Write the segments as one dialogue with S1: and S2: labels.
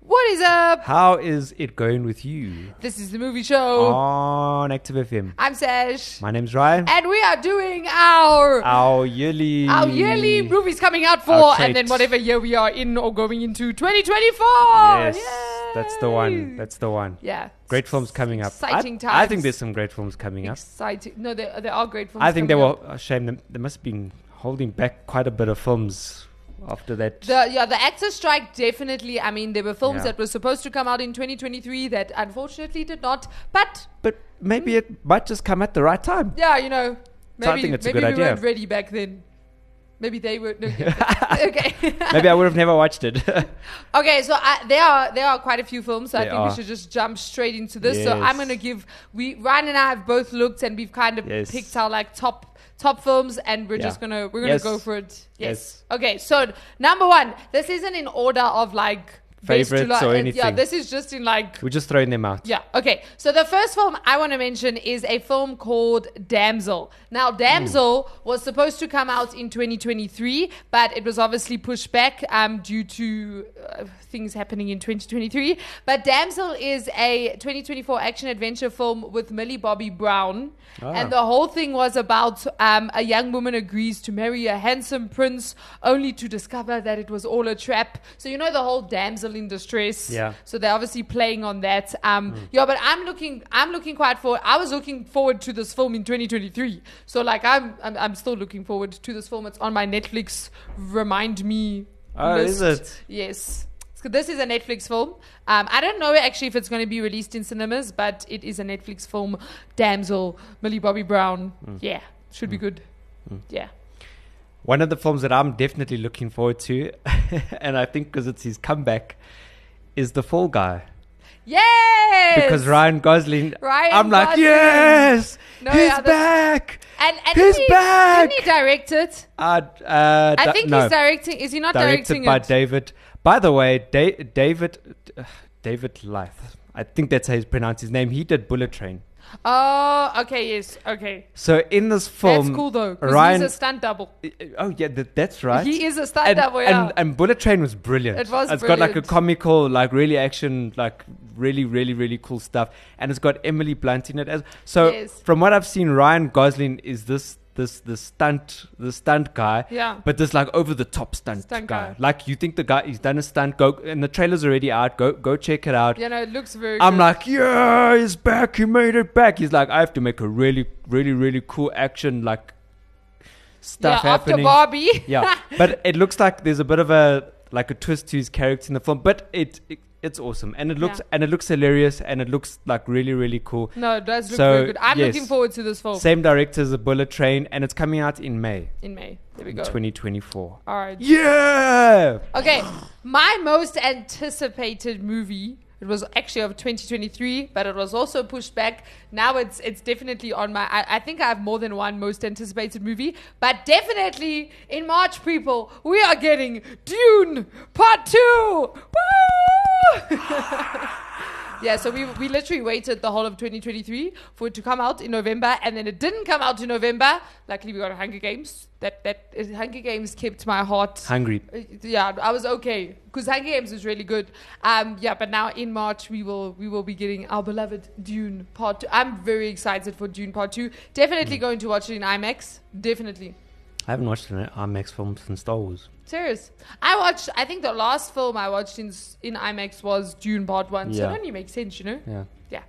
S1: What is up?
S2: How is it going with you
S1: This is the movie
S2: Oh.
S1: show.
S2: on Active FM?
S1: I'm Sesh.
S2: My name's Ryan.
S1: And we are doing our
S2: Our yearly,
S1: our yearly movies coming out for
S2: Our
S1: and then
S2: traits.
S1: whatever year we are in or going into 2024.
S2: Yes,
S1: Yay!
S2: that's the one. That's the one.
S1: yeah.
S2: Great films coming up. I-
S1: Exciting
S2: I,
S1: times.
S2: think there's some great films coming up.
S1: Exciting. No, there, there are great films.
S2: I think they
S1: coming
S2: were
S1: up.
S2: a shame. They, they must have been holding back quite a bit of films after that.
S1: The, yeah, the actor strike definitely. I mean, there were films
S2: Yeah.
S1: that were supposed to come out in 2023 that unfortunately did not. But
S2: but maybe it might just come at the right time.
S1: yeah, you know,
S2: So I
S1: maybe
S2: think it's a
S1: maybe
S2: good
S1: we
S2: idea.
S1: weren't ready back then. Maybe they were. No, okay.
S2: Maybe I would have never watched it.
S1: Okay, so I, there are there are quite a few films, so I
S2: There
S1: think we
S2: are.
S1: should just jump straight into this. So I'm
S2: Yes.
S1: gonna give we Ryan and I have both looked and we've kind of
S2: Yes.
S1: picked our like top top films, and we're
S2: Yeah.
S1: just gonna we're gonna
S2: Yes.
S1: go for it. Yes.
S2: Yes.
S1: Okay, so number one, this isn't in order of like best July-
S2: Favorites or
S1: uh, Yeah,
S2: anything.
S1: this is just in like
S2: We're just throwing them out.
S1: yeah. Okay. So the first film I want to mention is a film called Damsel. Now, Damsel was supposed to come out in 2023, but it was obviously pushed back um, due to uh, things happening in 2023. But Damsel is a 2024 action adventure film with Millie Bobby Brown, and the whole thing was about um, a young woman agrees to marry a handsome prince, only to discover that it was all a trap. So you know the whole damsel in distress.
S2: Yeah.
S1: So they're obviously playing on that. Um,
S2: Mm.
S1: Yeah, but I'm looking, I'm looking quite forward. I was looking forward to this film in 2023. So like, I'm, I'm, I'm still looking forward to this film. It's on my Netflix. Remind me.
S2: Oh, is
S1: list.
S2: it?
S1: Yes. So This is a Netflix film. Um, I don't know actually if it's going to be released in cinemas, but it is a Netflix film. Damsel, Millie Bobby Brown.
S2: Mm.
S1: Yeah, should be good. Yeah.
S2: One of the films that I'm definitely looking forward to, and I think because it's his comeback, is The Fall Guy.
S1: Yes!
S2: Because Ryan Gosling,
S1: Ryan
S2: I'm like,
S1: Gosling.
S2: yes,
S1: No,
S2: he's
S1: yeah, that's-
S2: back.
S1: and, and
S2: he's
S1: didn't he,
S2: back.
S1: Didn't he direct it?
S2: Uh, uh,
S1: I
S2: di-
S1: think
S2: no,
S1: he's directing. Is he not
S2: directed
S1: directing
S2: by
S1: it?
S2: David. By the way, da- David, uh, David Lyth. I think that's how he's pronounced his name. He did Bullet Train.
S1: oh, okay. Yes. Okay.
S2: So in this film,
S1: That's cool though. 'cause
S2: Ryan,
S1: he's a stunt double.
S2: oh yeah, th- that's right.
S1: He is a stunt
S2: and,
S1: double. Yeah.
S2: and, and Bullet Train was brilliant.
S1: It was
S2: It's got like a
S1: brilliant.
S2: comical, like really action, like really, really, really cool stuff. And it's got Emily Blunt in it as so.
S1: Yes.
S2: From what I've seen, Ryan Gosling is this this this stunt the stunt guy.
S1: Yeah.
S2: But this like over the top stunt,
S1: Stunt
S2: guy.
S1: guy.
S2: Like you think the guy he's done a stunt. Go and the trailer's already out. Go go check it out.
S1: you know, it looks very.
S2: I'm
S1: good.
S2: like, yeah, he's back. He made it back. He's like, I have to make a really, really, really cool action like stuff
S1: yeah,
S2: happening.
S1: after Barbie.
S2: yeah, but it looks like there's a bit of a like a twist to his character in the film. But it, it it's awesome, and it looks
S1: Yeah.
S2: and it looks hilarious, and it looks like really, really cool.
S1: no, it does look
S2: So,
S1: very good. I'm
S2: yes.
S1: looking forward to this film
S2: Same director as a Bullet Train, and it's coming out in May,
S1: in May. There we
S2: in
S1: go.
S2: 2024.
S1: All right.
S2: Yeah.
S1: Okay, my most anticipated movie. It was actually of 2023, but it was also pushed back. Now it's it's definitely on my. I, I think I have more than one most anticipated movie, but definitely in March, people, we are getting Dune Part Two. Woo! yeah, so we we literally waited the whole of 2023 for it to come out in November, and then it didn't come out in November. Luckily, we got Hunger Games. That that Hunger Games kept my heart
S2: Hungry.
S1: uh, yeah, I was okay because Hunger Games was really good. Um, yeah, but now in March we will we will be getting our beloved Dune Part Two. I'm very excited for Dune Part Two.
S2: Mm.
S1: Definitely going to watch it in IMAX. Definitely.
S2: I haven't watched an IMAX film since Star Wars.
S1: Serious. I watched. I think the last film I watched in s- in IMAX was Dune Part One. So
S2: Yeah.
S1: it only makes sense, you know.
S2: Yeah.
S1: Yeah.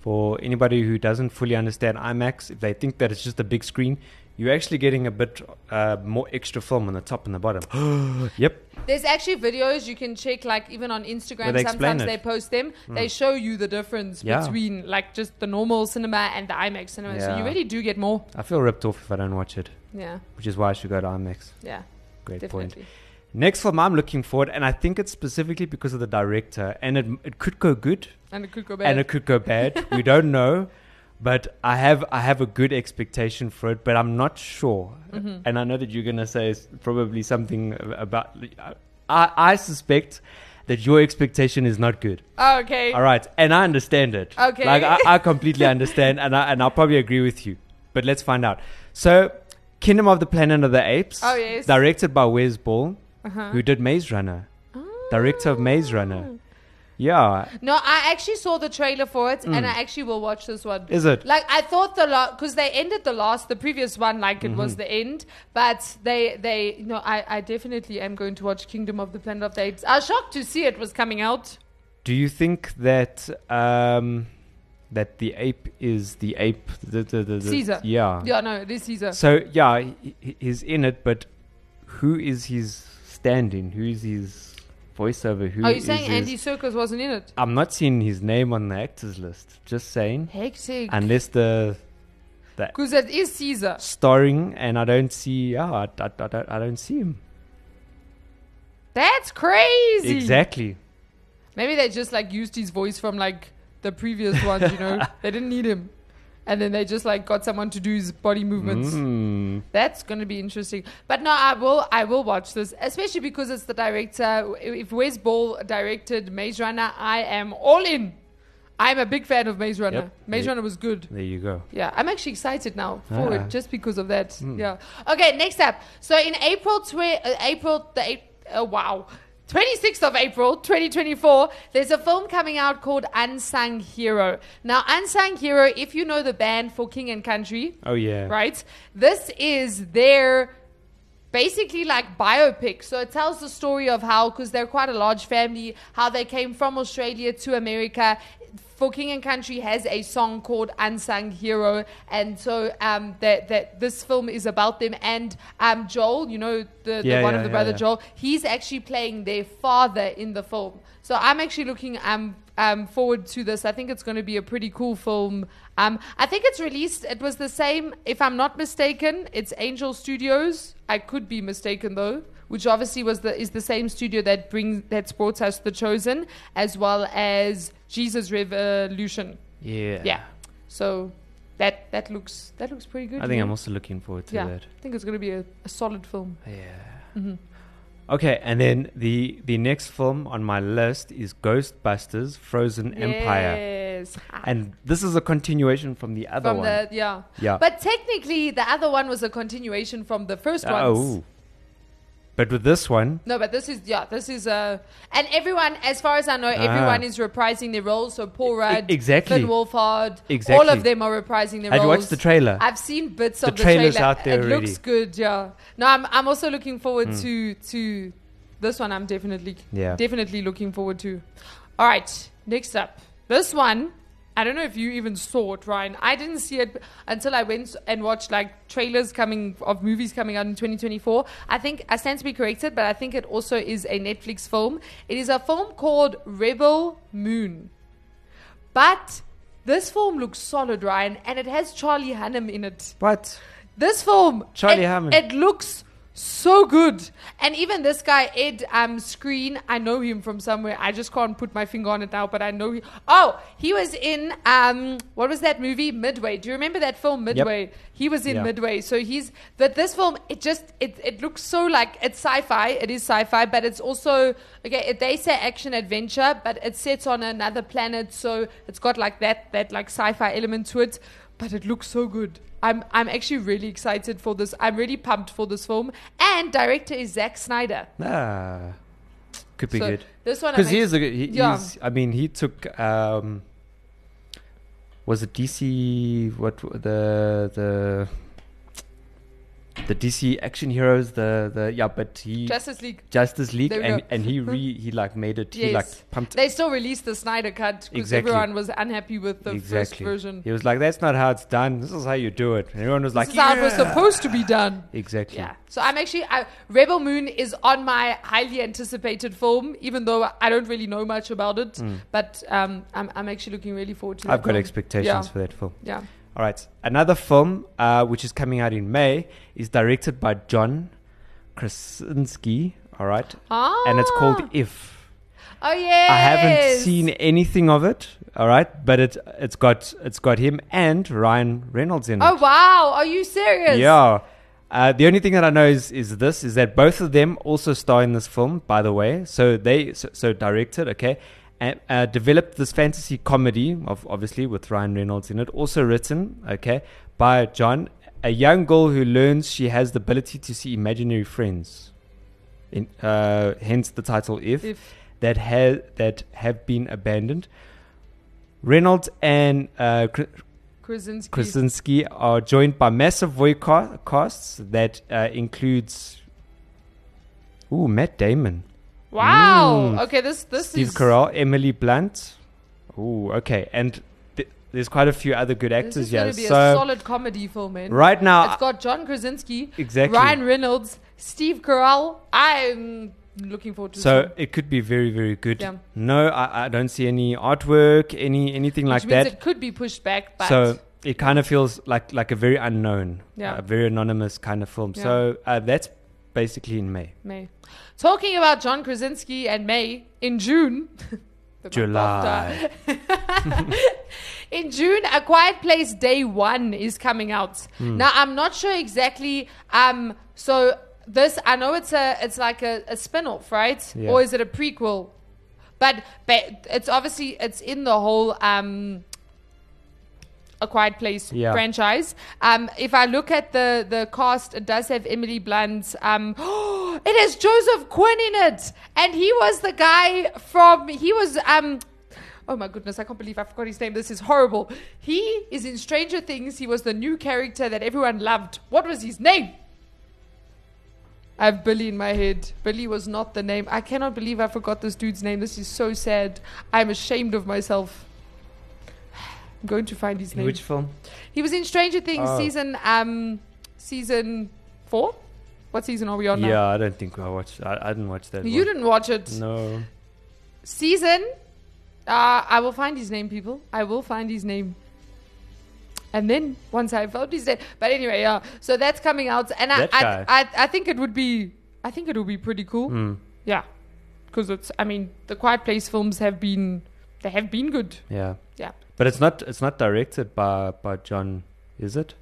S2: For anybody who doesn't fully understand IMAX, if they think that it's just a big screen, you're actually getting a bit uh, more extra film on the top and the bottom. yep.
S1: There's actually videos you can check, like even on Instagram.
S2: Where they explain
S1: sometimes
S2: it. Mm.
S1: they post them. They show you the difference
S2: Yeah.
S1: between like just the normal cinema and the IMAX cinema. So you
S2: Yeah.
S1: really do get more.
S2: I feel ripped off if I don't watch it,
S1: Yeah.
S2: which is why I should go to IMAX.
S1: Yeah.
S2: Great point.
S1: Definitely.
S2: Next film I'm looking forward, and I think it's specifically because of the director, and it, it could go good
S1: And it could go
S2: and
S1: bad.
S2: it could go bad. we don't know, but I have I have a good expectation for it, but I'm not sure. And I know that you're gonna say s- probably something a- about. I I suspect that your expectation is not good.
S1: Oh, okay.
S2: All right, and I understand it.
S1: Okay.
S2: like I, I completely understand, and I and I'll probably agree with you. But let's find out. So, Kingdom of the Planet of the Apes.
S1: Oh, yes. Uh-huh.
S2: Directed by Wes Ball, who did Maze Runner.
S1: Oh.
S2: Director of Maze Runner. Yeah,
S1: No, I actually saw the trailer for it, and I actually will watch this one.
S2: Mm. Is it?
S1: like I thought the lot because they ended the last, the previous one, like it
S2: Mm-hmm.
S1: was the end. But they, they, no, I, I definitely am going to watch Kingdom of the Planet of the Apes. I was shocked to see it was coming out.
S2: Do you think that um, that the ape is the ape? The, the, the, the-
S1: Caesar.
S2: Yeah.
S1: Yeah, no, it is Caesar.
S2: So yeah, he, he- he's in it, but who is his stand-in? Who is his voiceover? Who
S1: Are you
S2: is
S1: Oh, saying
S2: his-
S1: Andy Circus wasn't in it?
S2: I'm not seeing his name on the actors list. Just saying,
S1: Hectic.
S2: unless the the
S1: Because it is Caesar.
S2: starring, and I don't see. Yeah, I, I, I don't, I don't see him
S1: That's crazy.
S2: exactly.
S1: Maybe they just like used his voice from like the previous ones, you know? they didn't need him. And then they just like got someone to do his body movements.
S2: Mm.
S1: That's going to be interesting. But no, I will I will watch this, especially because it's the director. If Wes Ball directed Maze Runner, I am all in. I'm a big fan of Maze Runner.
S2: Yep.
S1: Maze
S2: Yeah.
S1: Runner was good.
S2: There you go.
S1: Yeah, I'm actually excited now for
S2: Ah.
S1: it just because of that. Yeah. Okay, next up. So in April, twi- uh, April the eight, uh, wow, 26th of April, 2024. There's a film coming out called Unsung Hero. Now, Unsung Hero, if you know the band for King and Country,
S2: Oh yeah.
S1: right? This is their basically like biopic. So it tells the story of how, because they're quite a large family, how they came from Australia to America. For King and Country has a song called Unsung Hero, and so um, that that this film is about them. And um, Joel, you know the,
S2: Yeah,
S1: the one
S2: yeah,
S1: of the
S2: yeah,
S1: brother
S2: yeah.
S1: Joel, he's actually playing their father in the film. So I'm actually looking um, um, forward to this. I think it's going to be a pretty cool film. Um, I think it's released. It was the same, if I'm not mistaken. It's Angel Studios. I could be mistaken though, which obviously was the is the same studio that brings that's brought us The Chosen as well as Jesus Revolution.
S2: Yeah.
S1: Yeah. So that that looks that looks pretty good.
S2: I
S1: to
S2: think
S1: me.
S2: I'm also looking forward to
S1: Mm-hmm. yeah. Mm-hmm.
S2: that.
S1: I think it's going to be a, a solid film.
S2: Yeah. Okay, and then the the next film on my list is Ghostbusters: Frozen Empire,
S1: Yes.
S2: and this is a continuation from the other
S1: from
S2: one.
S1: the yeah.
S2: Yeah.
S1: But technically, the other one was a continuation from the first one.
S2: oh, but with this one,
S1: No, but this is yeah, this is uh, and everyone, as far as I know, everyone is reprising their roles. So Paul Rudd,
S2: Ah. E-, exactly.
S1: Finn Wolfhard, all
S2: Exactly.
S1: of them are reprising their
S2: Have
S1: roles.
S2: you watched the trailer?
S1: I've seen bits of the
S2: trailer's
S1: trailer.
S2: out there
S1: it
S2: already. Hmm.
S1: looks good. Yeah. No, I'm I'm also looking forward to to this one. I'm definitely
S2: Yeah.
S1: definitely looking forward to. All right, next up, this one. I don't know if you even saw it, Ryan. I didn't see it until I went and watched like trailers coming of movies coming out in 2024. I think I stand to be corrected, but I think it also is a Netflix film. It is a film called Rebel Moon. But this film looks solid, Ryan, and it has Charlie Hunnam in it.
S2: what?
S1: This film,
S2: Charlie
S1: it,
S2: Hunnam.
S1: it looks so good. And even this guy, Ed um, Screen, I know him from somewhere. I just can't put my finger on it now, but I know he. Oh, he was in um, what was that movie? Midway. Do you remember that film Midway? He was in
S2: Yeah.
S1: Midway. So he's that. This film, it just it it looks so like it's sci-fi. It is sci-fi, but it's also okay. It, they say action adventure, but it sets on another planet, so it's got like that that like sci-fi element to it but it looks so good. I'm I'm actually really excited for this. I'm really pumped for this film. And director is Zack Snyder.
S2: Ah, could be
S1: So
S2: good
S1: this one I'm
S2: because
S1: actually-
S2: he is a good. He,
S1: Yeah.
S2: he's, I mean, he took. Um, was it DC? What w- the the the DC action heroes? The the yeah, but he
S1: Justice League.
S2: Justice League,
S1: There we
S2: and,
S1: go.
S2: and he re he like made it. He
S1: Yes.
S2: like pumped
S1: They still released the Snyder cut because
S2: Exactly.
S1: everyone was unhappy with the first version.
S2: He was like, "That's not how it's done. This is how you do it." And everyone was
S1: This
S2: like,
S1: is how it was
S2: "Yeah."
S1: supposed to be done.
S2: Exactly.
S1: Yeah. So I'm actually I, Rebel Moon is on my highly anticipated film, even though I don't really know much about it. But um, I'm I'm actually looking really forward to.
S2: Mm. I've
S1: that
S2: got
S1: film.
S2: expectations
S1: Yeah.
S2: for that film.
S1: Yeah.
S2: All right, another film uh, which is coming out in May is directed by John Krasinski. All right.
S1: Ah.
S2: And it's called If.
S1: Oh yeah.
S2: I haven't seen anything of it. All right, but it it's got it's got him and Ryan Reynolds in
S1: Oh
S2: it.
S1: wow. Are you serious?
S2: Yeah. Uh, the only thing that I know is, is this is that both of them also star in this film, by the way. So they so, so directed, okay, and uh, developed this fantasy comedy of obviously with Ryan Reynolds in it, also written, okay, by John, a young girl who learns she has the ability to see imaginary friends. In, uh, hence the title if,
S1: If.
S2: that has that have been abandoned. Reynolds and uh, Cr-
S1: Krasinski.
S2: Krasinski are joined by massive boycotts that uh, includes ooh Matt Damon,
S1: Wow. Okay. This this
S2: Mm. Steve
S1: is
S2: Carell, Emily Blunt. Ooh, okay, and th- there's quite a few other good
S1: This
S2: actors.
S1: is
S2: yeah,
S1: going to be a
S2: so
S1: solid comedy film, man.
S2: right now
S1: It's got John Krasinski,
S2: Exactly.
S1: Ryan Reynolds, Steve Carell. I'm looking forward to this
S2: So
S1: one.
S2: it could be very, very good.
S1: Yeah.
S2: No, I, I don't see any artwork, any anything like
S1: which means
S2: that.
S1: it could be pushed back. But
S2: so it kind of feels like like a very unknown,
S1: Yeah.
S2: a very anonymous kind of film.
S1: Yeah.
S2: So uh, that's basically in May,
S1: May. Talking about John Krasinski and May in June. the month after.
S2: July.
S1: In June, A Quiet Place Day One is coming out.
S2: Hmm.
S1: Now, I'm not sure exactly. Um, so this, I know it's a, it's like a, a spin-off, right?
S2: Yeah.
S1: Or is it a prequel? But, but it's obviously it's in the whole um, A Quiet Place
S2: Yeah.
S1: franchise. Um, if I look at the the cast, it does have Emily Blunt. Um, it has Joseph Quinn in it, and he was the guy from he was um. Oh my goodness, I can't believe I forgot his name. This is horrible. He is in Stranger Things. He was the new character that everyone loved. What was his name? I have Billy in my head. Billy was not the name. I cannot believe I forgot this dude's name. This is so sad. I'm ashamed of myself. I'm going to find his
S2: In
S1: name.
S2: which film?
S1: He was in Stranger Things
S2: Oh.
S1: season um season four. What season are we on
S2: Yeah, I don't think I watched. I, I didn't watch that.
S1: now? You
S2: one.
S1: didn't watch it.
S2: No.
S1: Season. Uh, I will find his name, people. I will find his name. And then once I found his name, but anyway, yeah. So that's coming out, and I,
S2: That
S1: I,
S2: guy. Hmm.
S1: I, I think it would be, I think it would be pretty cool. Yeah, because it's. I mean, the Quiet Place films have been, they have been good.
S2: Yeah,
S1: Yeah.
S2: but it's not. It's not directed by by John, is it?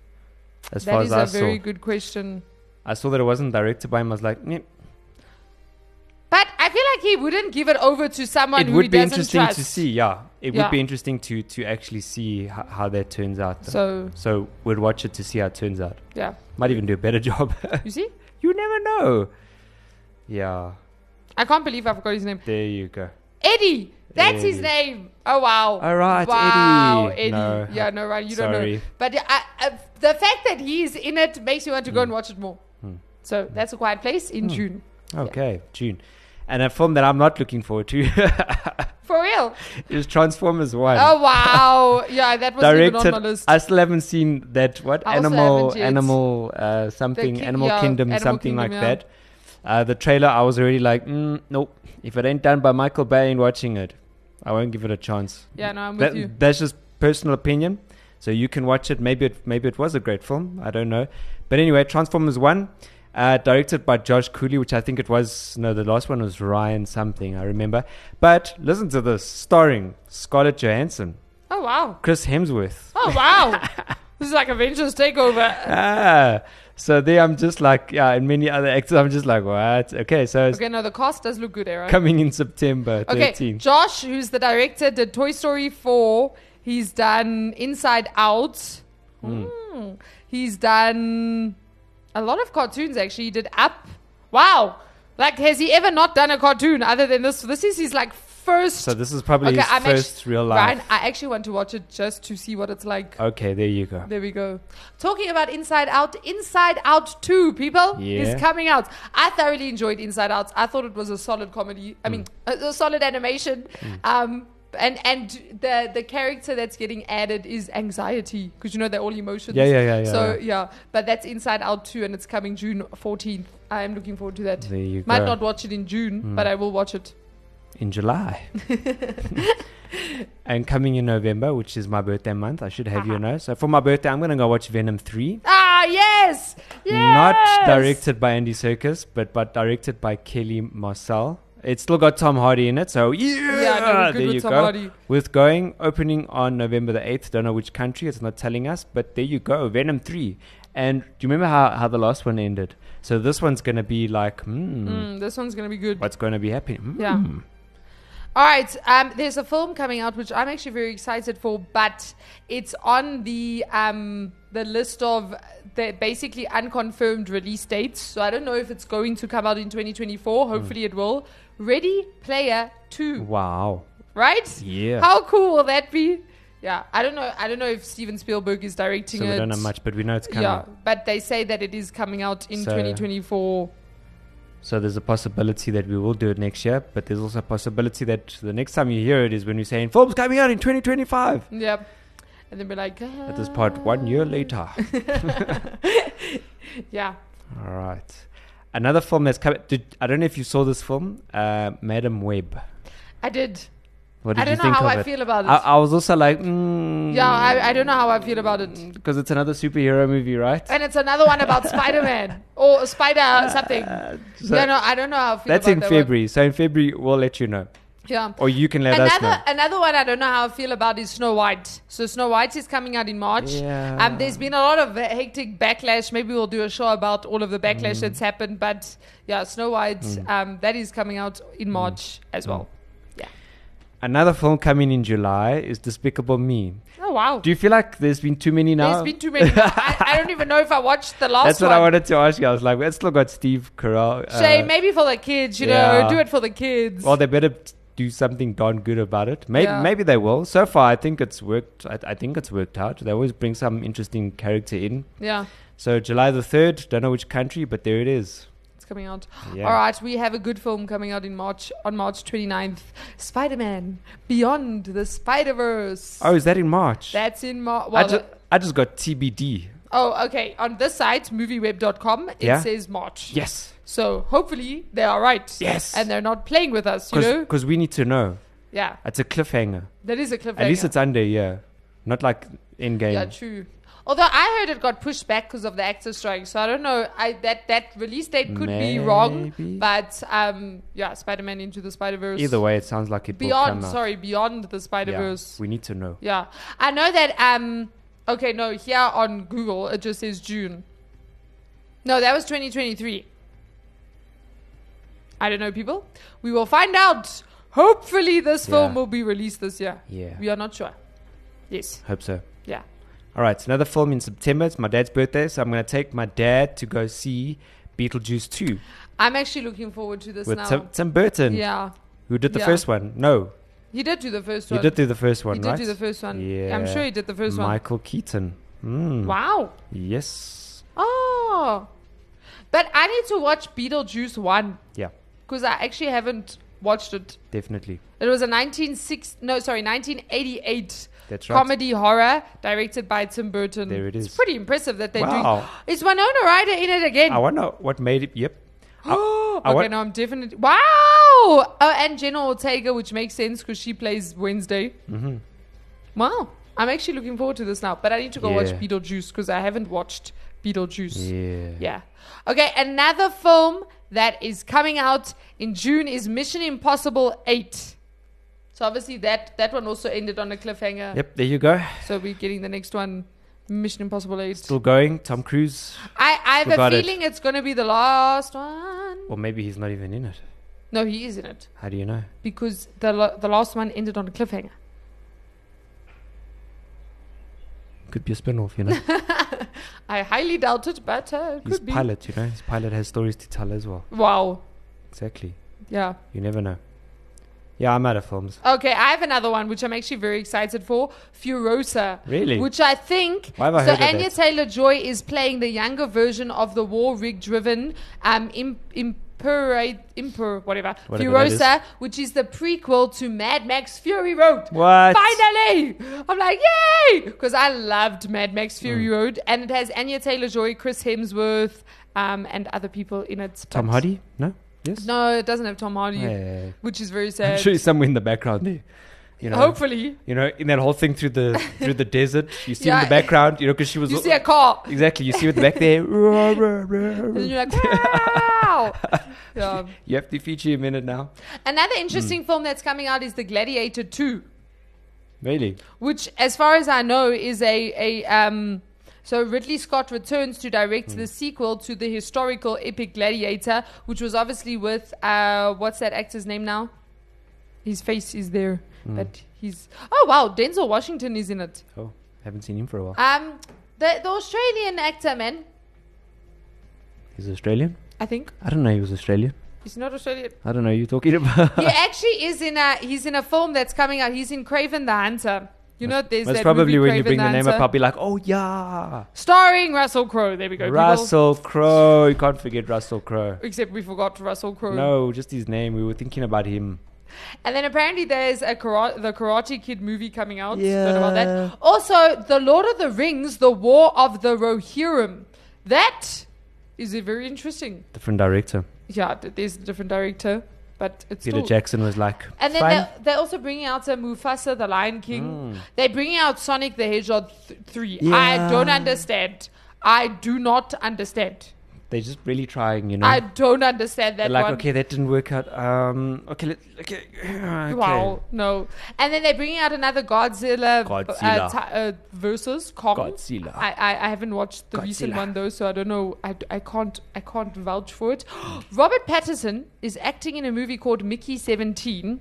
S2: As
S1: That
S2: far
S1: is
S2: as I
S1: a very
S2: saw,
S1: good question.
S2: I saw that it wasn't directed by him. I was like, "Nyeh."
S1: But I feel like he wouldn't give it over to someone
S2: it
S1: who he
S2: would be
S1: doesn't
S2: interesting
S1: trust.
S2: to see. Yeah, it
S1: Yeah.
S2: would be interesting to to actually see how, how that turns out.
S1: So
S2: so we'd watch it to see how it turns out.
S1: yeah,
S2: Might even do a better job.
S1: you see,
S2: you never know. Yeah,
S1: I can't believe I forgot his name.
S2: there you go.
S1: Eddie. That's his
S2: Eddie.
S1: name. Oh wow!
S2: All right,
S1: wow,
S2: Eddie. No.
S1: Yeah, no, right. You don't know.
S2: Sorry.
S1: But I, I, the fact that he's in it makes me want
S2: Hmm.
S1: to go and watch it more. So that's a quiet place in June.
S2: Okay, June. And a film that I'm not looking forward to
S1: For
S2: Um,
S1: real.
S2: is Transformers One.
S1: Oh wow! yeah, that was even on
S2: directed.
S1: my list.
S2: I still haven't seen that. What
S1: I also
S2: animal?
S1: haven't yet.
S2: Animal uh, something?
S1: ki-
S2: animal
S1: yeah,
S2: kingdom?
S1: Animal
S2: something
S1: Kingdom,
S2: like
S1: yeah.
S2: that. Uh, the trailer, I was already like, mm, nope. If it ain't done by Michael Bay, I ain't watching it. I won't give it a chance.
S1: Yeah, no, I'm with
S2: That-
S1: you.
S2: That's just personal opinion. So you can watch it. Maybe it maybe it was a great film. I don't know. But anyway, Transformers One, uh, directed by Josh Cooley, which I think it was. No, the last one was Ryan something. I remember. But listen to this, starring Scarlett Johansson,
S1: Oh wow!
S2: Chris Hemsworth.
S1: Oh wow! this is like Avengers takeover.
S2: Ah, so there I'm just like yeah, and many other actors. I'm just like what? Okay, so it's
S1: Okay, no, the cast does look good, eh, Aaron.
S2: coming in September
S1: Okay,
S2: 13th.
S1: Josh, who's the director, did Toy Story 4. He's done Inside Out. Hmm. He's done a lot of cartoons, actually. He did Up. Wow. Like, has he ever not done a cartoon other than this? This is his, like, first.
S2: So this is probably his
S1: I'm actu-
S2: first real life.
S1: Ryan, I actually want to watch it just to see what it's like.
S2: Okay, there you go.
S1: There we go. Talking about Inside Out, Inside Out 2, people,
S2: Yeah.
S1: is coming out. I thoroughly enjoyed Inside Out. I thought it was a solid comedy. I mean, a, a solid animation.
S2: Mm.
S1: Um, and and the the character that's getting added is anxiety because you know they're all emotions.
S2: Yeah, yeah, yeah, yeah,
S1: So
S2: yeah.
S1: yeah, but that's Inside Out 2 and it's coming June 14th. I am looking forward to that.
S2: There you
S1: Might
S2: go. Mm.
S1: not watch it in June, but I will watch it.
S2: in July. and coming in November,
S1: Uh-huh.
S2: which is my birthday month, I should have you know. So for my birthday, I'm going to go watch Venom 3.
S1: Ah yes,
S2: Not
S1: Yes!
S2: directed by Andy Serkis, but but directed by Kelly Marcel. It's still got Tom Hardy in it, so yeah,
S1: no, we're good
S2: there
S1: with
S2: you
S1: Tom
S2: go.
S1: Hardy.
S2: With going opening on November the eighth. Don't know which country; it's not telling us. But there you go, Venom three. And do you remember how, how the last one ended? So this one's gonna be like, hmm,
S1: Mm, this one's gonna be good.
S2: what's gonna be happening? Hmm.
S1: Yeah. All right. Um, there's a film coming out which I'm actually very excited for, but it's on the um, the list of the basically unconfirmed release dates. So I don't know if it's going to come out in
S2: Hmm.
S1: 2024. Hopefully, it will. Ready Player Two,
S2: Wow.
S1: right?
S2: Yeah.
S1: How cool will that be? Yeah. I don't know. I don't know if Steven Spielberg is directing
S2: So
S1: it.
S2: we don't know much, but we know it's coming.
S1: Yeah, but they say that it is coming out in
S2: So-
S1: 2024.
S2: So there's a possibility that we will do it next year, but there's also a possibility that the next time you hear it is when we're saying films coming out in 2025.
S1: Yep. And then we're like,
S2: At this part, one year later.
S1: yeah.
S2: All right. Another film that's coming. Did, I don't know if you saw this film, uh, Madam Web.
S1: I did.
S2: What did
S1: I
S2: you
S1: don't know
S2: think
S1: how
S2: of
S1: I
S2: it?
S1: feel about it.
S2: I, I was also like, mm,
S1: yeah, I, I don't know how I feel about it.
S2: because it's another superhero movie, right?
S1: And it's another one about Spider Man or Spider something.
S2: so-
S1: yeah, no, I don't know how I feel
S2: That's
S1: about
S2: in
S1: that one.
S2: February. Oh, So in February, we'll let you know,
S1: Yeah.
S2: or you can let us know.
S1: Another uh, another one I don't know how I feel about is Snow White. So Snow White is coming out in March.
S2: Yeah.
S1: Um, there's been a lot of hectic backlash. Maybe we'll do a show about all of the backlash
S2: Mm.
S1: that's happened. But yeah, Snow White um, that is coming out
S2: Mm.
S1: in March as well.
S2: Another film coming in July is Despicable Me.
S1: Oh wow.
S2: Do you feel like there's been too many now?
S1: There's been too many. I, I don't even know if I watched the last
S2: That's
S1: one.
S2: what I wanted to ask you. I was like, it's still got Steve Carell. uh,
S1: Shay, maybe for the kids, you
S2: yeah.
S1: know, do it for the kids.
S2: Well, they better do something darn good about it. Maybe,
S1: Yeah.
S2: maybe they will. So far, I think it's worked. I, I think it's worked out. They always bring some interesting character in.
S1: yeah,
S2: So July the third. Don't know which country, but there it is.
S1: it's coming out.
S2: Yeah.
S1: All right, we have a good film coming out in March on March 29th. Spider-Man Beyond the Spider-Verse.
S2: Oh, is that in March?
S1: That's in March.
S2: I
S1: Well,
S2: just, I just got TBD.
S1: the- oh, okay. On this site, movieweb.com, it
S2: Yeah.
S1: says March.
S2: Yes,
S1: So hopefully they are right.
S2: Yes.
S1: And they're not playing with us, you know?
S2: because we need to know.
S1: Yeah.
S2: It's a cliffhanger.
S1: That is a cliffhanger.
S2: At least it's under a year, not like in game.
S1: Yeah, true. Although I heard it got pushed back because of the actor strike, so I don't know. I that that release date could be wrong,
S2: Maybe.
S1: but um, yeah, Spider Man into the Spider Verse.
S2: Either way, it sounds like it will
S1: beyond
S2: come out.
S1: sorry, beyond the Spider
S2: yeah,
S1: Verse. Yeah,
S2: we need to know.
S1: I know that. Um, okay, no, here on Google it just says June. No, that was 2023. I don't know, people. We will find out. Hopefully, this film
S2: Yeah.
S1: will be released this year.
S2: Yeah.
S1: we are not sure. Yes,
S2: Hope so.
S1: yeah.
S2: All right, it's another film in September. It's my dad's birthday, so I'm going to take my dad to go see Beetlejuice 2
S1: I'm actually looking forward to this
S2: with
S1: now.
S2: Tim, Tim Burton,
S1: Yeah.
S2: who did the
S1: Yeah.
S2: first one. No,
S1: He did do the first
S2: he
S1: one.
S2: did do the first one,
S1: He did
S2: right?
S1: do the first one.
S2: Yeah.
S1: I'm sure he did the first one.
S2: Michael Keaton. Mm.
S1: Wow.
S2: Yes.
S1: Oh. But I need to watch Beetlejuice 1
S2: Yeah,
S1: because I actually haven't watched it.
S2: definitely.
S1: It was a 1960, no, sorry, 1988
S2: That's right.
S1: comedy horror directed by Tim Burton.
S2: There it is.
S1: It's pretty impressive that they're doing.
S2: Wow.
S1: Is Winona Ryder in it again?
S2: I wonder what made it. Yep. I, I
S1: okay,
S2: won-
S1: no, I'm definitely. Wow! Oh, and Jenna Ortega, which makes sense because she plays Wednesday. Mm-hmm. Wow. I'm actually looking forward to this now, but I need to go watch
S2: Yeah.
S1: Beetlejuice because I haven't watched Beetlejuice.
S2: Yeah.
S1: Okay, another film that is coming out in June is Mission Impossible 8. So obviously that, that one also ended on a cliffhanger.
S2: Yep, there you go.
S1: So we're getting the next one, Mission Impossible 8.
S2: Still going. Tom Cruise.
S1: I, I have
S2: Still
S1: a
S2: got it.
S1: feeling it's going to be the last one.
S2: Or maybe he's not even in it.
S1: No, he is in it.
S2: How do you know?
S1: because the la- the last one ended on a cliffhanger.
S2: Could be a spin off, you know?
S1: I highly doubt it, but uh, it
S2: he's
S1: could be.
S2: pilot, you know? His pilot has stories to tell as well.
S1: Wow.
S2: Exactly.
S1: Yeah.
S2: You never know. Yeah, I'm out of films.
S1: Okay, I have another one which I'm actually very excited for, Furosa.
S2: Really?
S1: Which I think.
S2: Why have I
S1: so
S2: heard of
S1: Anya
S2: that?
S1: Taylor Joy is playing the younger version of the war rig driven um imp- impera- imper whatever,
S2: Whatever that is.
S1: Furosa, which is the prequel to Mad Max Fury Road.
S2: What?
S1: Finally, I'm like yay because I loved Mad Max Fury
S2: Mm.
S1: Road, and it has Anya Taylor Joy, Chris Hemsworth, um, and other people in it.
S2: Tom
S1: but-
S2: Hardy? No? Yes?
S1: No, it doesn't have Tom Hardy,
S2: Hey.
S1: which is very
S2: I'm
S1: sad.
S2: sure he's somewhere in the background there. You know,
S1: Hopefully.
S2: you know, in that whole thing through the through the desert, you see in
S1: Yeah.
S2: the background, you know, because she was
S1: You see a car.
S2: exactly. You see her at the back there. "Rah, rah, rah, rah."
S1: And you're like, wow. yeah.
S2: you have to feature a minute now.
S1: Another interesting film that's coming out is The Gladiator 2,
S2: Really?
S1: which, as far as I know, is a. a um, so Ridley Scott returns to direct the sequel to the historical epic Gladiator, which was obviously with. Uh, what's that actor's name now? His face is there, but he's. Oh, wow. Denzel Washington is in it.
S2: Oh, haven't seen him for a while.
S1: Um, the, the Australian actor, man,
S2: He's Australian.
S1: I think.
S2: I don't know. He was Australian.
S1: He's not Australian.
S2: I don't know. You talking about?
S1: he actually is in a he's in a film that's coming out. He's in Craven the Hunter. You know, there's
S2: That's
S1: that
S2: probably
S1: movie,
S2: when you
S1: Craven
S2: bring the name up.
S1: Hunter,
S2: I'll be like, oh yeah,
S1: starring Russell Crowe. There we go. people.
S2: Russell Crowe. You can't forget Russell Crowe.
S1: Except we forgot Russell Crowe.
S2: No, just his name. We were thinking about him.
S1: And then apparently there's a karate, the Karate Kid movie coming out. Don't know about that. Also, the Lord of the Rings: The War of the Rohirrim. That is a very interesting.
S2: Different director.
S1: Yeah, th- there's a different director, but it's
S2: Peter
S1: still-
S2: Jackson was like,
S1: And then
S2: fine. Hmm.
S1: they're, they're also bringing out uh, Mufasa, the Lion King. They're bringing out Sonic the Hedgehog th- 3. I don't understand. I do not understand.
S2: They're just really trying, you know.
S1: I don't understand that
S2: They're like,
S1: one.
S2: okay, that didn't work out. Um, okay, let, okay, okay.
S1: Wow, no. And then they're bringing out another Godzilla, Uh,
S2: Godzilla.
S1: ti- uh, versus Kong.
S2: Godzilla.
S1: I, I, I haven't watched the recent
S2: Godzilla.
S1: one though, so I don't know. I, d- I can't I can't vouch for it. Robert Pattinson is acting in a movie called Mickey Seventeen.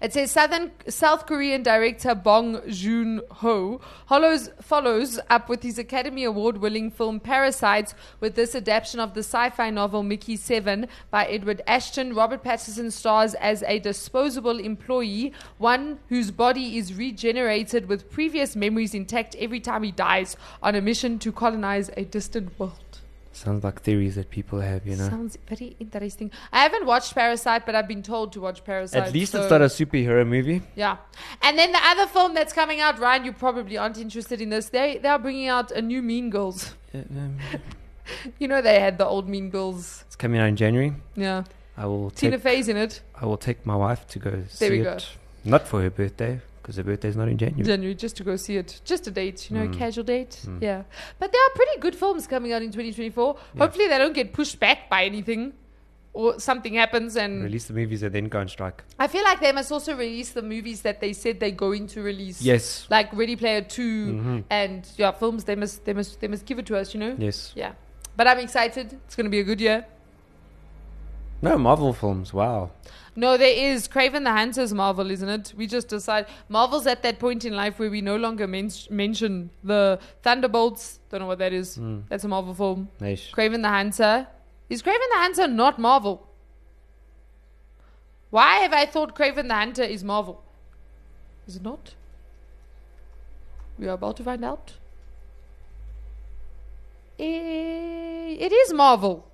S1: It says Southern South Korean director Bong Joon Ho follows, follows up with his Academy Award winning film Parasites with this adaptation of the sci fi novel Mickey Seven by Edward Ashton. Robert Pattinson stars as a disposable employee, one whose body is regenerated with previous memories intact every time he dies on a mission to colonize a distant world.
S2: Sounds like theories that people have, you know.
S1: Sounds very interesting. I haven't watched Parasite, but I've been told to watch Parasite.
S2: At least
S1: so-
S2: it's not a superhero movie.
S1: yeah, and then the other film that's coming out, Ryan, you probably aren't interested in this. They they are bringing out a new Mean Girls.
S2: Uh,
S1: you know they had the old Mean Girls.
S2: um, It's coming out in January.
S1: Yeah,
S2: I will
S1: Tina
S2: take,
S1: Fey's in it.
S2: I will take my wife to go see
S1: we
S2: it.
S1: go.
S2: Not for her birthday, because her birthday's not in January.
S1: January just to go see it, just a date, you know,
S2: Mm.
S1: casual date. Yeah, but there are pretty good films coming out in 2024. Hopefully they don't get pushed back by anything. Or something happens, and
S2: Release the movies and then go on strike.
S1: I feel like they must also release the movies that they said they're going to release.
S2: Yes. Mm-hmm.
S1: like Ready Player 2 and yeah, films. They must, they must, they must give it to us. You know.
S2: Yes.
S1: Yeah. But I'm excited. It's going to be a good year.
S2: No Marvel films. Wow.
S1: No, there is. Craven the Hunter's Marvel, isn't it? We just decide. Marvel's at that point in life where we no longer men- mention the Thunderbolts. Don't know what that is. That's a Marvel film.
S2: Nice.
S1: Craven the Hunter. Is Craven the Hunter not Marvel? Why have I thought Craven the Hunter is Marvel? Is it not? We are about to find out. Eh, It is Marvel.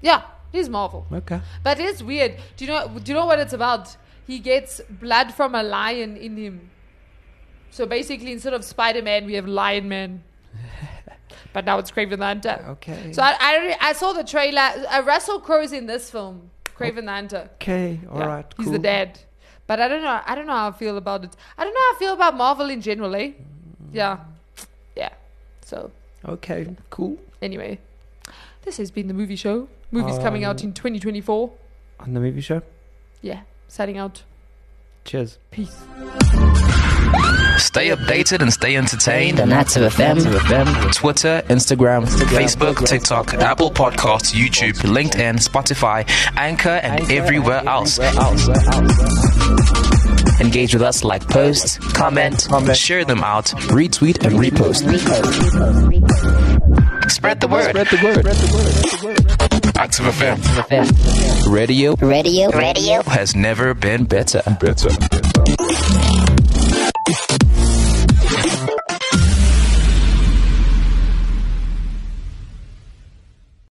S1: Yeah, it is Marvel.
S2: Okay.
S1: But it's weird. Do you know? Do you know what it's about? He gets blood from a lion in him. So basically, instead of Spider Man, we have Lion Man. but now it's Craven the Hunter.
S2: Okay.
S1: So I, I, re- I saw the trailer. Uh, Russell Crowe's in this film, Craven the Hunter.
S2: Okay. All right.
S1: Yeah,
S2: Cool.
S1: He's the dad. But I don't know. I don't know how I feel about it. I don't know how I feel about Marvel in general.
S2: Mm.
S1: Eh? Yeah, yeah. So
S2: Okay. Cool.
S1: anyway, this has been the movie show.
S2: Oh,
S1: Movies coming out in 2024.
S2: On the movie show.
S1: Yeah, signing out.
S2: Cheers.
S1: Peace.
S3: Stay updated and stay entertained.
S4: The Nats of FM.
S3: Twitter, Instagram, Facebook, TikTok, Apple Podcasts, YouTube, LinkedIn, Spotify, Anchor, and everywhere else.
S4: Engage with us like posts,
S3: Comment, share them out, retweet, and repost. Spread the word. Spread the word. Active FM radio
S4: Radio. Radio.
S3: has never been better.